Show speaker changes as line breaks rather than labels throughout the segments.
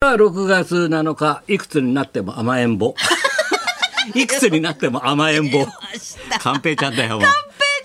あ6月7日いくつになっても甘えん 坊いくつになっても甘えん坊寛平ちゃんだよもう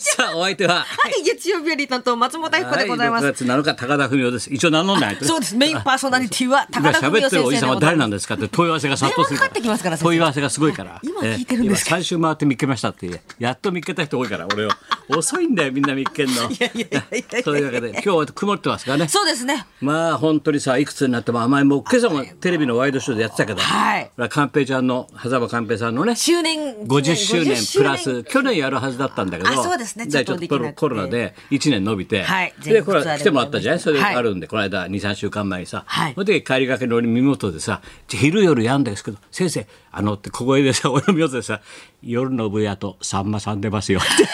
さあお相手は
はい、月曜日より担当松本彦でございま
は
す。
6月7日高田文夫です一応名乗んないと
そうです。メインパーソナリティは
今
高田文
喋
夫
ってるおじ
先
さん
生
は
で。
誰なんですかって問い合わせが殺到する
電話かかってきますから先生
問い合わせがすごいから
今聞いてるんですか
ええ今三週回って見っけましたっていうやっと見っけた人多いから俺は遅いんだよみんな見っけんの
やいやいやい や
というわけで今日は曇ってますからね
そうですね。
まあ本当にさいくつになっても甘いもん今朝もテレビのワイドショーでやってたけど、
はい
これ寛平ちゃんの狭間寛平さんのね
周年
50周年プラ。ス
50
去年やるはずだったんだけど
あそうですね
だから
ちょっと
ちょっとコロ
できなくて
コロナで1年延びて、
はい
で
全国
これ
ツアーで
来てもらったじゃないそれ
はい
あるんで、この間23週間前にさ、
はい
それで帰りがけの俺に身元でさ「昼夜やんですけど先生あの」って小声でさ俺の身元でさ「夜の部屋とさんまさん出ますよ」 って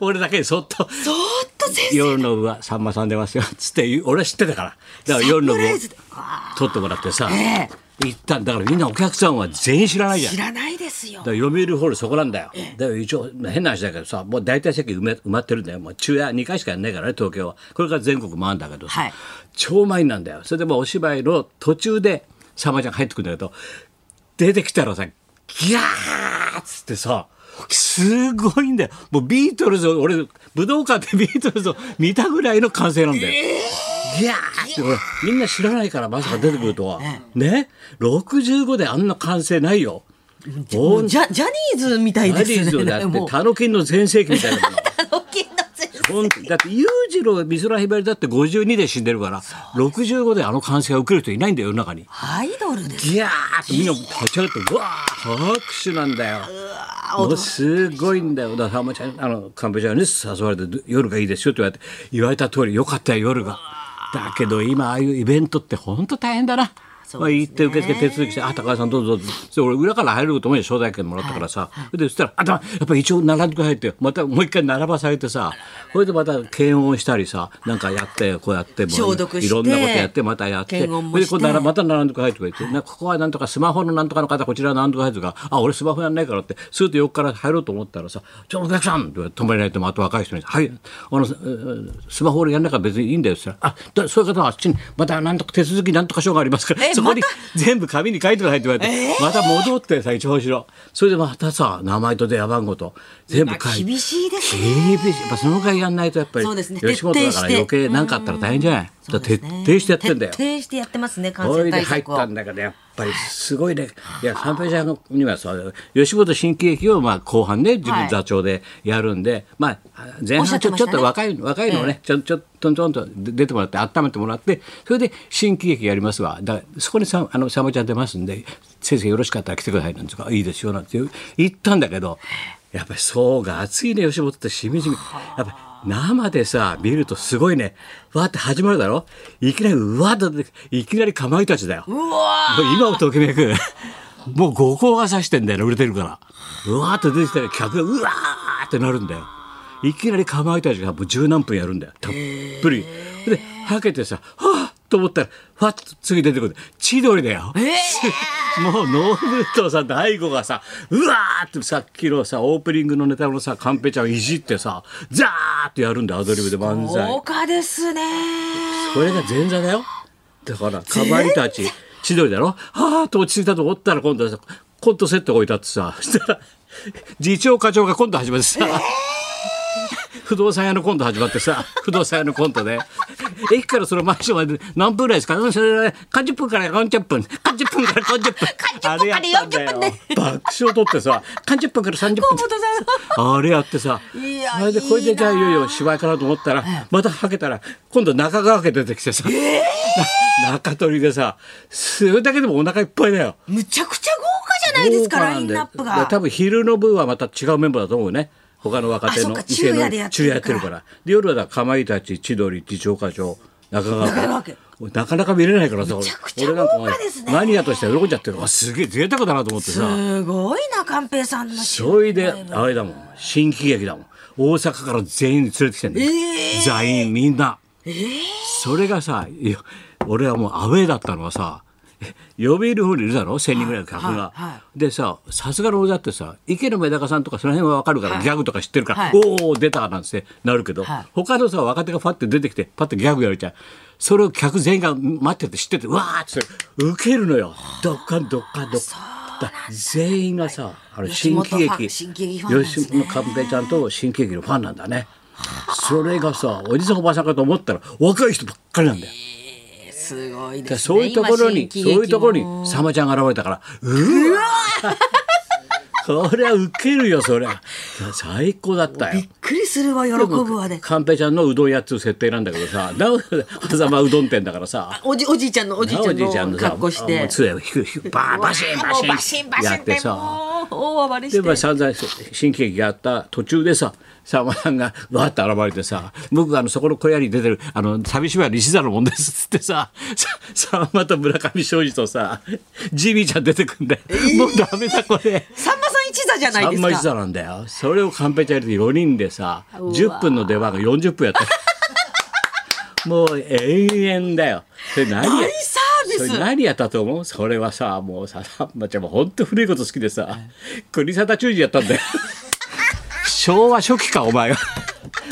俺だけにそっと
そーっと先生。
夜の部はさんまさん出ますよ」つって言う俺は知ってたからだから夜の部
サプ
を
ライズでわ
撮ってもらってさ、
え
行ったんだからみんなお客さんは全員知らないじゃん
知。らないですよ
だ。から読売ホールそこなんだよ。だから一応変な話だけどさもう大体席埋め埋まってるんだよもう昼夜2回しかやんないからね東京はこれから全国回るんだけどさ、
はい
超満員なんだよそれでもうお芝居の途中でさんまちゃんが入ってくるんだけど出てきたらさギャーっつってさすごいんだよもうビートルズを俺武道館でビートルズを見たぐらいの歓声なんだよ。ギャーって俺みんな知らないからまさか出てくるとはね65であんな歓声ないよ。
もうジャジャニーズみたい
マ
で
リー
す
ズを
ね。
だって
もう。
タノキンの全盛期みたいなもの
大きな先生。
ほんだって裕次郎美空ひばりだって52で死んでるから65であの感染が受ける人いないんだよ世の中に。
アイドルです。
ギャーってみんな立ち上がってうわー拍手なんだよ。もうすごいんだよ。だからさんまちゃんあのカンペちゃんに誘われて夜がいいですよって言われて言われた通りよかったよ夜が。だけど今ああいうイベントって本当大変だな。
そうですね
まあ、行って受付手続きして「あ高橋さんどうぞどうぞ」それ俺裏から入ると思うよ招待券もらったからさ、でそしたら「あだめやっぱり一応並んでください」ってまたもう一回並ばされてさそれでまた検温したりさなんかやってこうやってもう
消毒して
いろんなことやってまたやって
検温もして
それでこうならまた並んでくださいとか言って、なここはなんとかスマホのなんとかの方こちらなんとか入るとかあ俺スマホやんないからってスーッと横から入ろうと思ったらさ「ちょお客さん!」って止められてもあと若い人に「はいあのえースマホ俺やんないから別にいいんだよ」って言ったら「あだそういう方はあっちにまたなんとか手続きなんとか書がありますから
え
そこに
ま
全部紙に書いてください」って言われて、また戻ってさ一応後ろそれでまたさ名前と電話番号と全部書いて。
厳しいですね。
厳しいやっぱそのぐらいやんないとやっぱり
そうですね
吉本だから余
徹底して
計何かあったら大変じゃない、だから徹
そうですね
底してやってんだよ
徹底してやってますね。感
それ
染
で
対
入っ
策を。
たんだけどやっぱりすごいねいや三平ちゃんにはそう吉本新喜劇をまあ後半ね自
は
分
い
座長でやるんで、まあ前
おっし
半
ゃ
ち
って
ょ,、
ま
ち
し
ょ
た
っ
ね
と若い若いのをね、ちょちょトントンと出てもらって温めてもらってそれで新喜劇やりますわだからそこにさあのさんまちゃん出ますんで先生よろしかったら来てくださいなんですかいいですよなんて言ったんだけどやっぱりそうが熱いね吉本ってしみじみやっぱり生でさ見るとすごいねわーって始まるだろいきなりうわーっと出ていきなりかまいたちだよ
うわ
もう今をときめくもう五光が差してんだよね売れてるからうわーって出てきたら客がうわーってなるんだよいきなりかまいたちがもう十何分やるんだよたっぷりではけてさはぁと思ったらファッと次出てくる千鳥だよ
ー。え
もうノーブットさ大悟がさうわーってさっきのさオープニングのネタのさカンペちゃんをいじってさザーってやるんだよアドリブで
ー。
漫才
豪華ですね。
これが前座だよだからかまいたち千鳥だろはあと落ち着いたと思ったら今度はさコントセットが置いてあってさ そしたら次長課長がコント始まってさ、不動産屋のコント始まってさ不動産屋のコントで駅からそのマンションまで何分ぐらいですかうんそれ30分から40分30分から40分あれやったんだよ
40分ね
爆笑取ってさ30分から30分
本さん。
あれやってさ、
いや
それでこれ
い
で
いな
じゃあいよいよ芝居かなと思ったら、またはけたら今度中川家出てきてさ、な 中取りでさそれだけでもお腹いっぱいだよ。
むちゃくちゃ豪華じゃないですか、
豪華
ラ
な
イ
ん
ン
だよ
ナップ
だら
が。
多分昼の部はまた違うメンバーだと思うね他の若手
あそ
の
っか
異性
昼
の
夜でやって
昼
るか
夜
ら
やってるからで夜はだからかまいたち千鳥次長課長中川
中川家
俺なかなか見れないからさ
めちゃくちゃ
俺なんか
豪華ですね
マニアとして喜んじゃってるわすげえ贅沢だなと思ってさ
すごいな、寛平さんの。
それであれだもん新喜劇だもん大阪から全員連れてきてんだよ、
え
座員みんな、それがさいや俺はもうアウェーだったのはさ呼び入る方にいるだろ1,000人ぐらいの客が、
はいは
でささすがのおだってさ池野メダカさんとかその辺は分かるから、
はい
ギャグとか知ってるから、
はい
おお出たなんてなるけど、
はい
他のさ若手がパッて出てきてパッてギャグやるじゃんそれを客全員が待ってて知っててうわーっつってウケるのよドッカンドッカンドッカン。だ全員がさあの
吉
新
本
喜劇
ファン新喜劇ファンなんですね
吉本寛平ちゃんと新喜劇のファンなんだねそれがさおじさんおばさんかと思ったら若い人ばっかりなんだよ
すご
だ
い
か
で
ら
すね。
そういうところに
今
そう
新喜劇も
いうところにさまちゃんが現れたからうわこりゃウケるよそりゃ最高だったよ
びっくりするわ、喜ぶわで。
寛平ちゃんのうどん屋っつう設定なんだけどさなお狭間うどん店だからさ
おじ、おじいちゃんの、おじいちゃんの格好し
もう
て。
杖をひくひくバーンバシンバシン
バシンバシン
やっ
っ
てて
さ。
さ
もう大暴れ
でまあ
して。
散々新喜劇やった途中でささんまさんがわーって現れてさ「僕あのそこの小屋に出てるあの寂しいの石座のもんです」っつってさささんまと村上庄司とさジミーちゃん出てくんだよ、もうダメだこれ。
さんまさん一座じゃない
三
です
枚一
か。
座なんだよそれをカンペちゃん入れて4人でさ
うわ
10分の出番が40分やった もう延々だよそれ何や
大サービス
それ何やったと思うそれはさもうさ さんまちゃんも本当古いこと好きでさ国定忠治やった んだよ昭和初期かお前は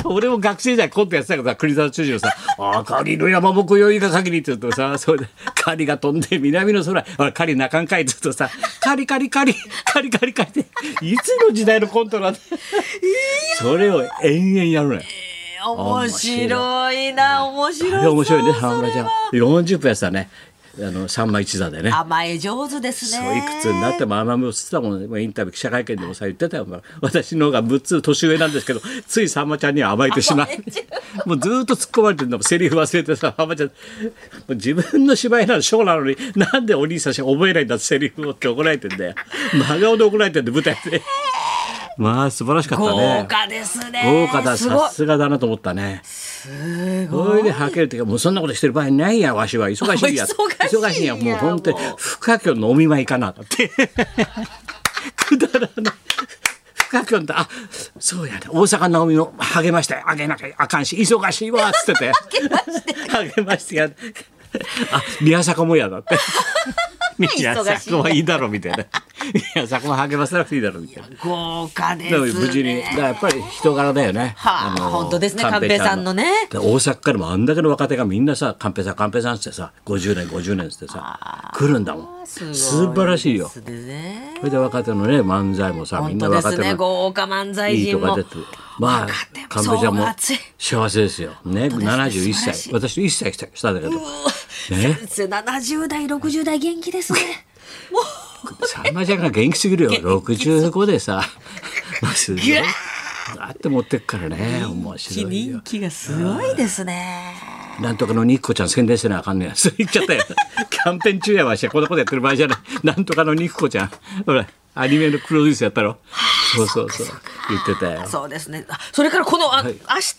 俺も学生時代コントやってたけどさ栗沢忠治をさ「あカニの山僕よいが限り」って言うとさそれでカニが飛んで南の空へ「あカニ泣かんかい」って言うとさ「カリカリカリカリカリカリ」っていつの時代のコントなんだそれを延々やるのよ。
面白いな、面白い
あ
な。
れ面白いね
それ
沢村ちゃん。40分やってたねあの三枚一座でね。
甘え上手ですね。
そういくつになっても甘みを捨てたもんねもうインタビュー記者会見でもさ言ってたよお前私の方が6つ年上なんですけど ついさんまちゃんには甘えてしまう
甘えちゃ
もうずーっと突っ込まれてるのセリフ忘れてささんまちゃんもう自分の芝居なのショーなのになんでお兄さんしか覚えないんだセリフをって怒られてんだよ真顔で怒られてんだよ舞台でまあ素晴らしかったね
豪華ですね。
豪華だ
すご
さ
い。
すがだなと思ったねそれではけるっていうかもうそんなことしてる場合ないやわしは忙しい や
忙しいんや
忙しいんやもう本当に
もう
不可教のお見舞いかなだって くだらない不可教だあそうやね大阪直美の励ましてあげなきゃあかんし忙しいわっつってて励ましてやあ宮坂もやだって 宮坂はいいだろみたいな宮坂も励ませなくていいだろみたいな。
豪華です
で
ね。
も無事に、だからやっぱり人柄だよね。
はあ本当ですね寛平さんのね
で大阪からもあんだけの若手がみんなさ、寛平さん、寛平さんっつってさ、50年、50年っつってさ、来るんだもん。
すごいですね
素晴らしいよ。そ
ね
れで若手のね、漫才もさ、みん
本
な
当で
若
す
手
ね。
の
豪華漫才
いい
人
と
も
か。出てる。まあ
若手も、
寛平ちゃん
層
も
が厚い
幸せですよ。ね、
当ですね
71
素晴らし
歳。
い
私と1歳下だけど。ね。
先生70代60代元気で すね。
さんまちゃんが元気すぎるよ65でさまあすごい
や
だって持ってっからね面白いよ
人気がすごいですね。
なんとかのニッコちゃん宣伝せなあかんねや それ言っちゃったよキャンペーン中やわしこんなことやってる場合じゃないなんとかのニッコちゃんほらアニメのプロデュースやったろそうそうそう言ってたよ
そうですね。あそれからこのあ、明日発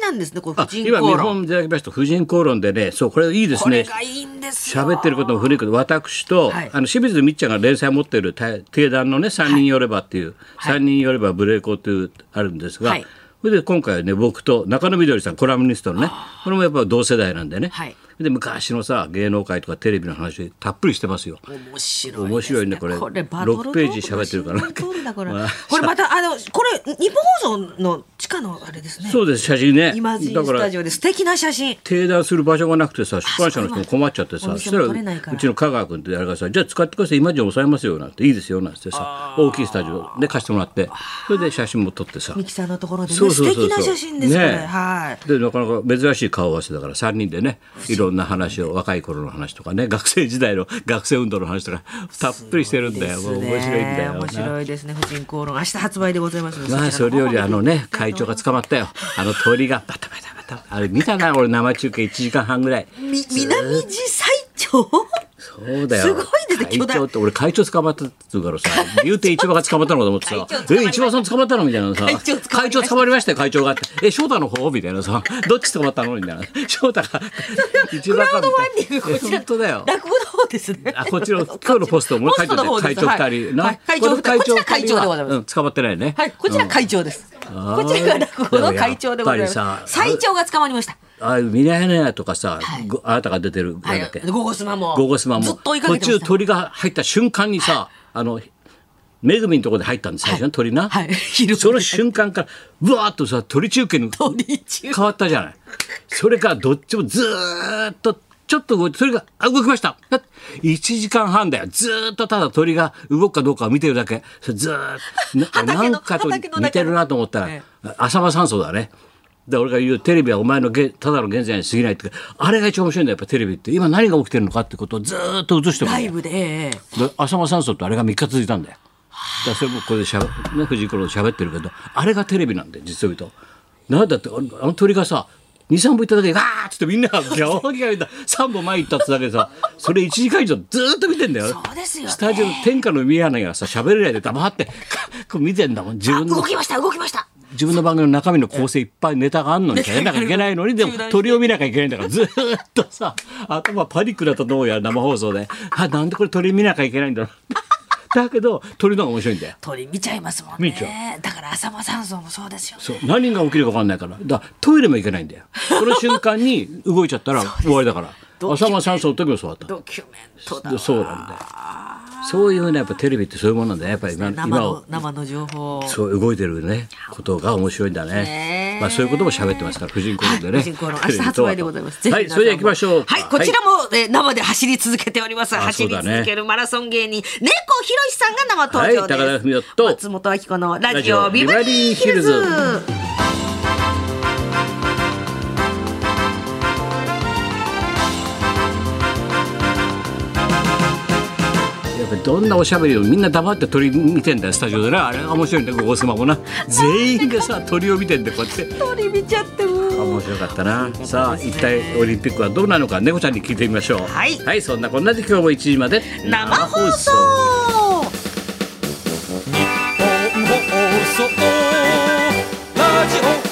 売なんですね。この
あ
婦人
今
公
見
論。
本いただきました婦人公論でねそうこれいいで
こ
すね
れがいいんですよ。
喋ってることも古いけど私と、
はい
あの清水みっちゃんが連載持ってるた定談のね「三人寄れば」っていう「三、人寄ればブレイコー」っていうあるんですが、
はい
それで今回はね僕と中野みどりさんコラムニストのねこれもやっぱ同世代なんでね、
はい
で昔のさ芸能界とかテレビの話たっぷりしてますよ。
面白いです、
面白いねこれ
これバトルトーク
6ページ喋ってるから
新聞通りだこれ,、
まあ
これまたあのこれ日本放送の地下のあれですね。
そうです写真ね
今人
だか
ス
ら
タジオで素敵な写真。
停断する場所がなくてさ出版社の人も困っちゃって
そ
さそ
うです
したら
お店も取れないから
うちの香川君って誰がさ「じゃあ使ってください今じゃ抑えますよ」なんて「いいですよ」なんてさ大きいスタジオで貸してもらってそれで写真も撮ってさ
ミキサーのところで、ね、
そうそうそうそう
素敵な写真ですね。
ね
これはい。
でなかなか珍しい顔合わせだから3人でねいろんな話を若い頃の話とかね学生時代の学生運動の話とかたっぷりしてるんだよもう面白いんだよ
面白いですね。婦人公論明日発売でございますので。
まあ
ち
そ
ら
れ
の方
よりあのね
も見
会
て
長が捕まったよあの鳥がバタバタバタあれ見たな俺生中継1時間半ぐらい。
み南地最長。
そうだよ。
すごいですね
会
巨大
長って、俺会長捕まったっつう からさ、竜亭一番が捕まったのかと思ってさ
会長、捕ま
え、
りました
一番さん捕まったのみたいなさ、
会長捕まりまし
会長捕まりました
た
よ、会長がって。え、翔太の方みたいなさ、 どっち捕まったのみたいな。翔太 が、一
クラ
みたいな
ウドファンディングこちら。
本当だよ。
落語の方ですね。
あこっちの 今日のポストも
ポ
会
ストの
長
方
で会
です
長2人、な
はい、会長
こ
二
れ
人こちら会長でございます
う。ん捕まってないよね。
はい、こちら会長です。こちらが落語の会長でございます。
やっぱりさ
最長が捕まりました。
ああいうミライネアとかさ、
い
ごあなたが出てるなんだっけ
あのゴゴスマも
ゴゴスマも
ずっと追いかけてました
途中鳥が入った瞬間にさ、あのめぐみのところで入ったんです最初の鳥な、
はい昼
その瞬間からうわーっとさ鳥中継に
鳥中
変わったじゃないそれからどっちもずーっとちょっと動いてそれがあ動きました1時間半だよずーっとただ鳥が動くかどうかを見てるだけそれずーっとな
畑
な
の
んかと
畑の中の
似てるなと思ったら、
え
浅間山荘だねで俺が言うテレビはお前のげただの現在に過ぎないってあれが一番面白いんだよやっぱテレビって今何が起きてるのかってことをずーっと映してく
ラ
る
イブでええ
で浅間山荘ってあれが3日続いたんだよ。だからそれもここでしゃべ、ね、藤井君と喋ってるけどあれがテレビなんだよ実を言うと。なんだってあのあの鳥がさ23本行っただけで「わーっつってみんながギャオギャオ言った3本前行ったっつだけでさそれ1時間以上ずーっと見てんだよ
そうですよね
スタジオの天下の宮根がさ喋れないで黙ってかこう見てんだもん自分
動
の
きました動きました
自分の番組の中身の構成いっぱいネタがあんのに喋んなきゃいけない のにでも鳥を見なきゃいけないんだからずーっとさ頭パニックだったと思うよ生放送であなんでこれ鳥見なきゃいけないんだろう だけど鳥の方が面白いんだよ
鳥見ちゃいますもんね
見ちゃ
だから浅間山荘もそうですよね
そう何が起きるか分かんないからだからトイレも行けないんだよその瞬間に動いちゃ ったら終わりだから
ドキュ
浅
メン
間山荘の時もそうだった
ドキュメントだ
でそうなんだよそういうねやっぱテレビってそういうもんなんだよやっぱり今
生
今を
の生の情報を
そう動いてるねことが面白いんだね
ね。
まあそういうことも喋ってますから、婦人公論でね。
主人公の明日発売でございます。ぜひ
はい、それでは行きましょう。
はい、こちらも、えー生で走り続けております。
あ
走
そう
り
だね
続けるマラソン芸人、猫ひろしさんが生登場です。
はい高田文夫と
松本明子のラジオビバリーヒル
ラ
ズ
ジオビ。はいやっぱりどんなおしゃべりをみんな黙って鳥見てんだよスタジオでなあれが面白いんだよここスマホ な全員がさ鳥を見てんだよこうやって
鳥見ちゃってもう
面白かったなさあ一体オリンピックはどうなのか猫ちゃんに聞いてみましょう
はい
そんなこんなで今日も1時まで
生放送
日本放送ラジオ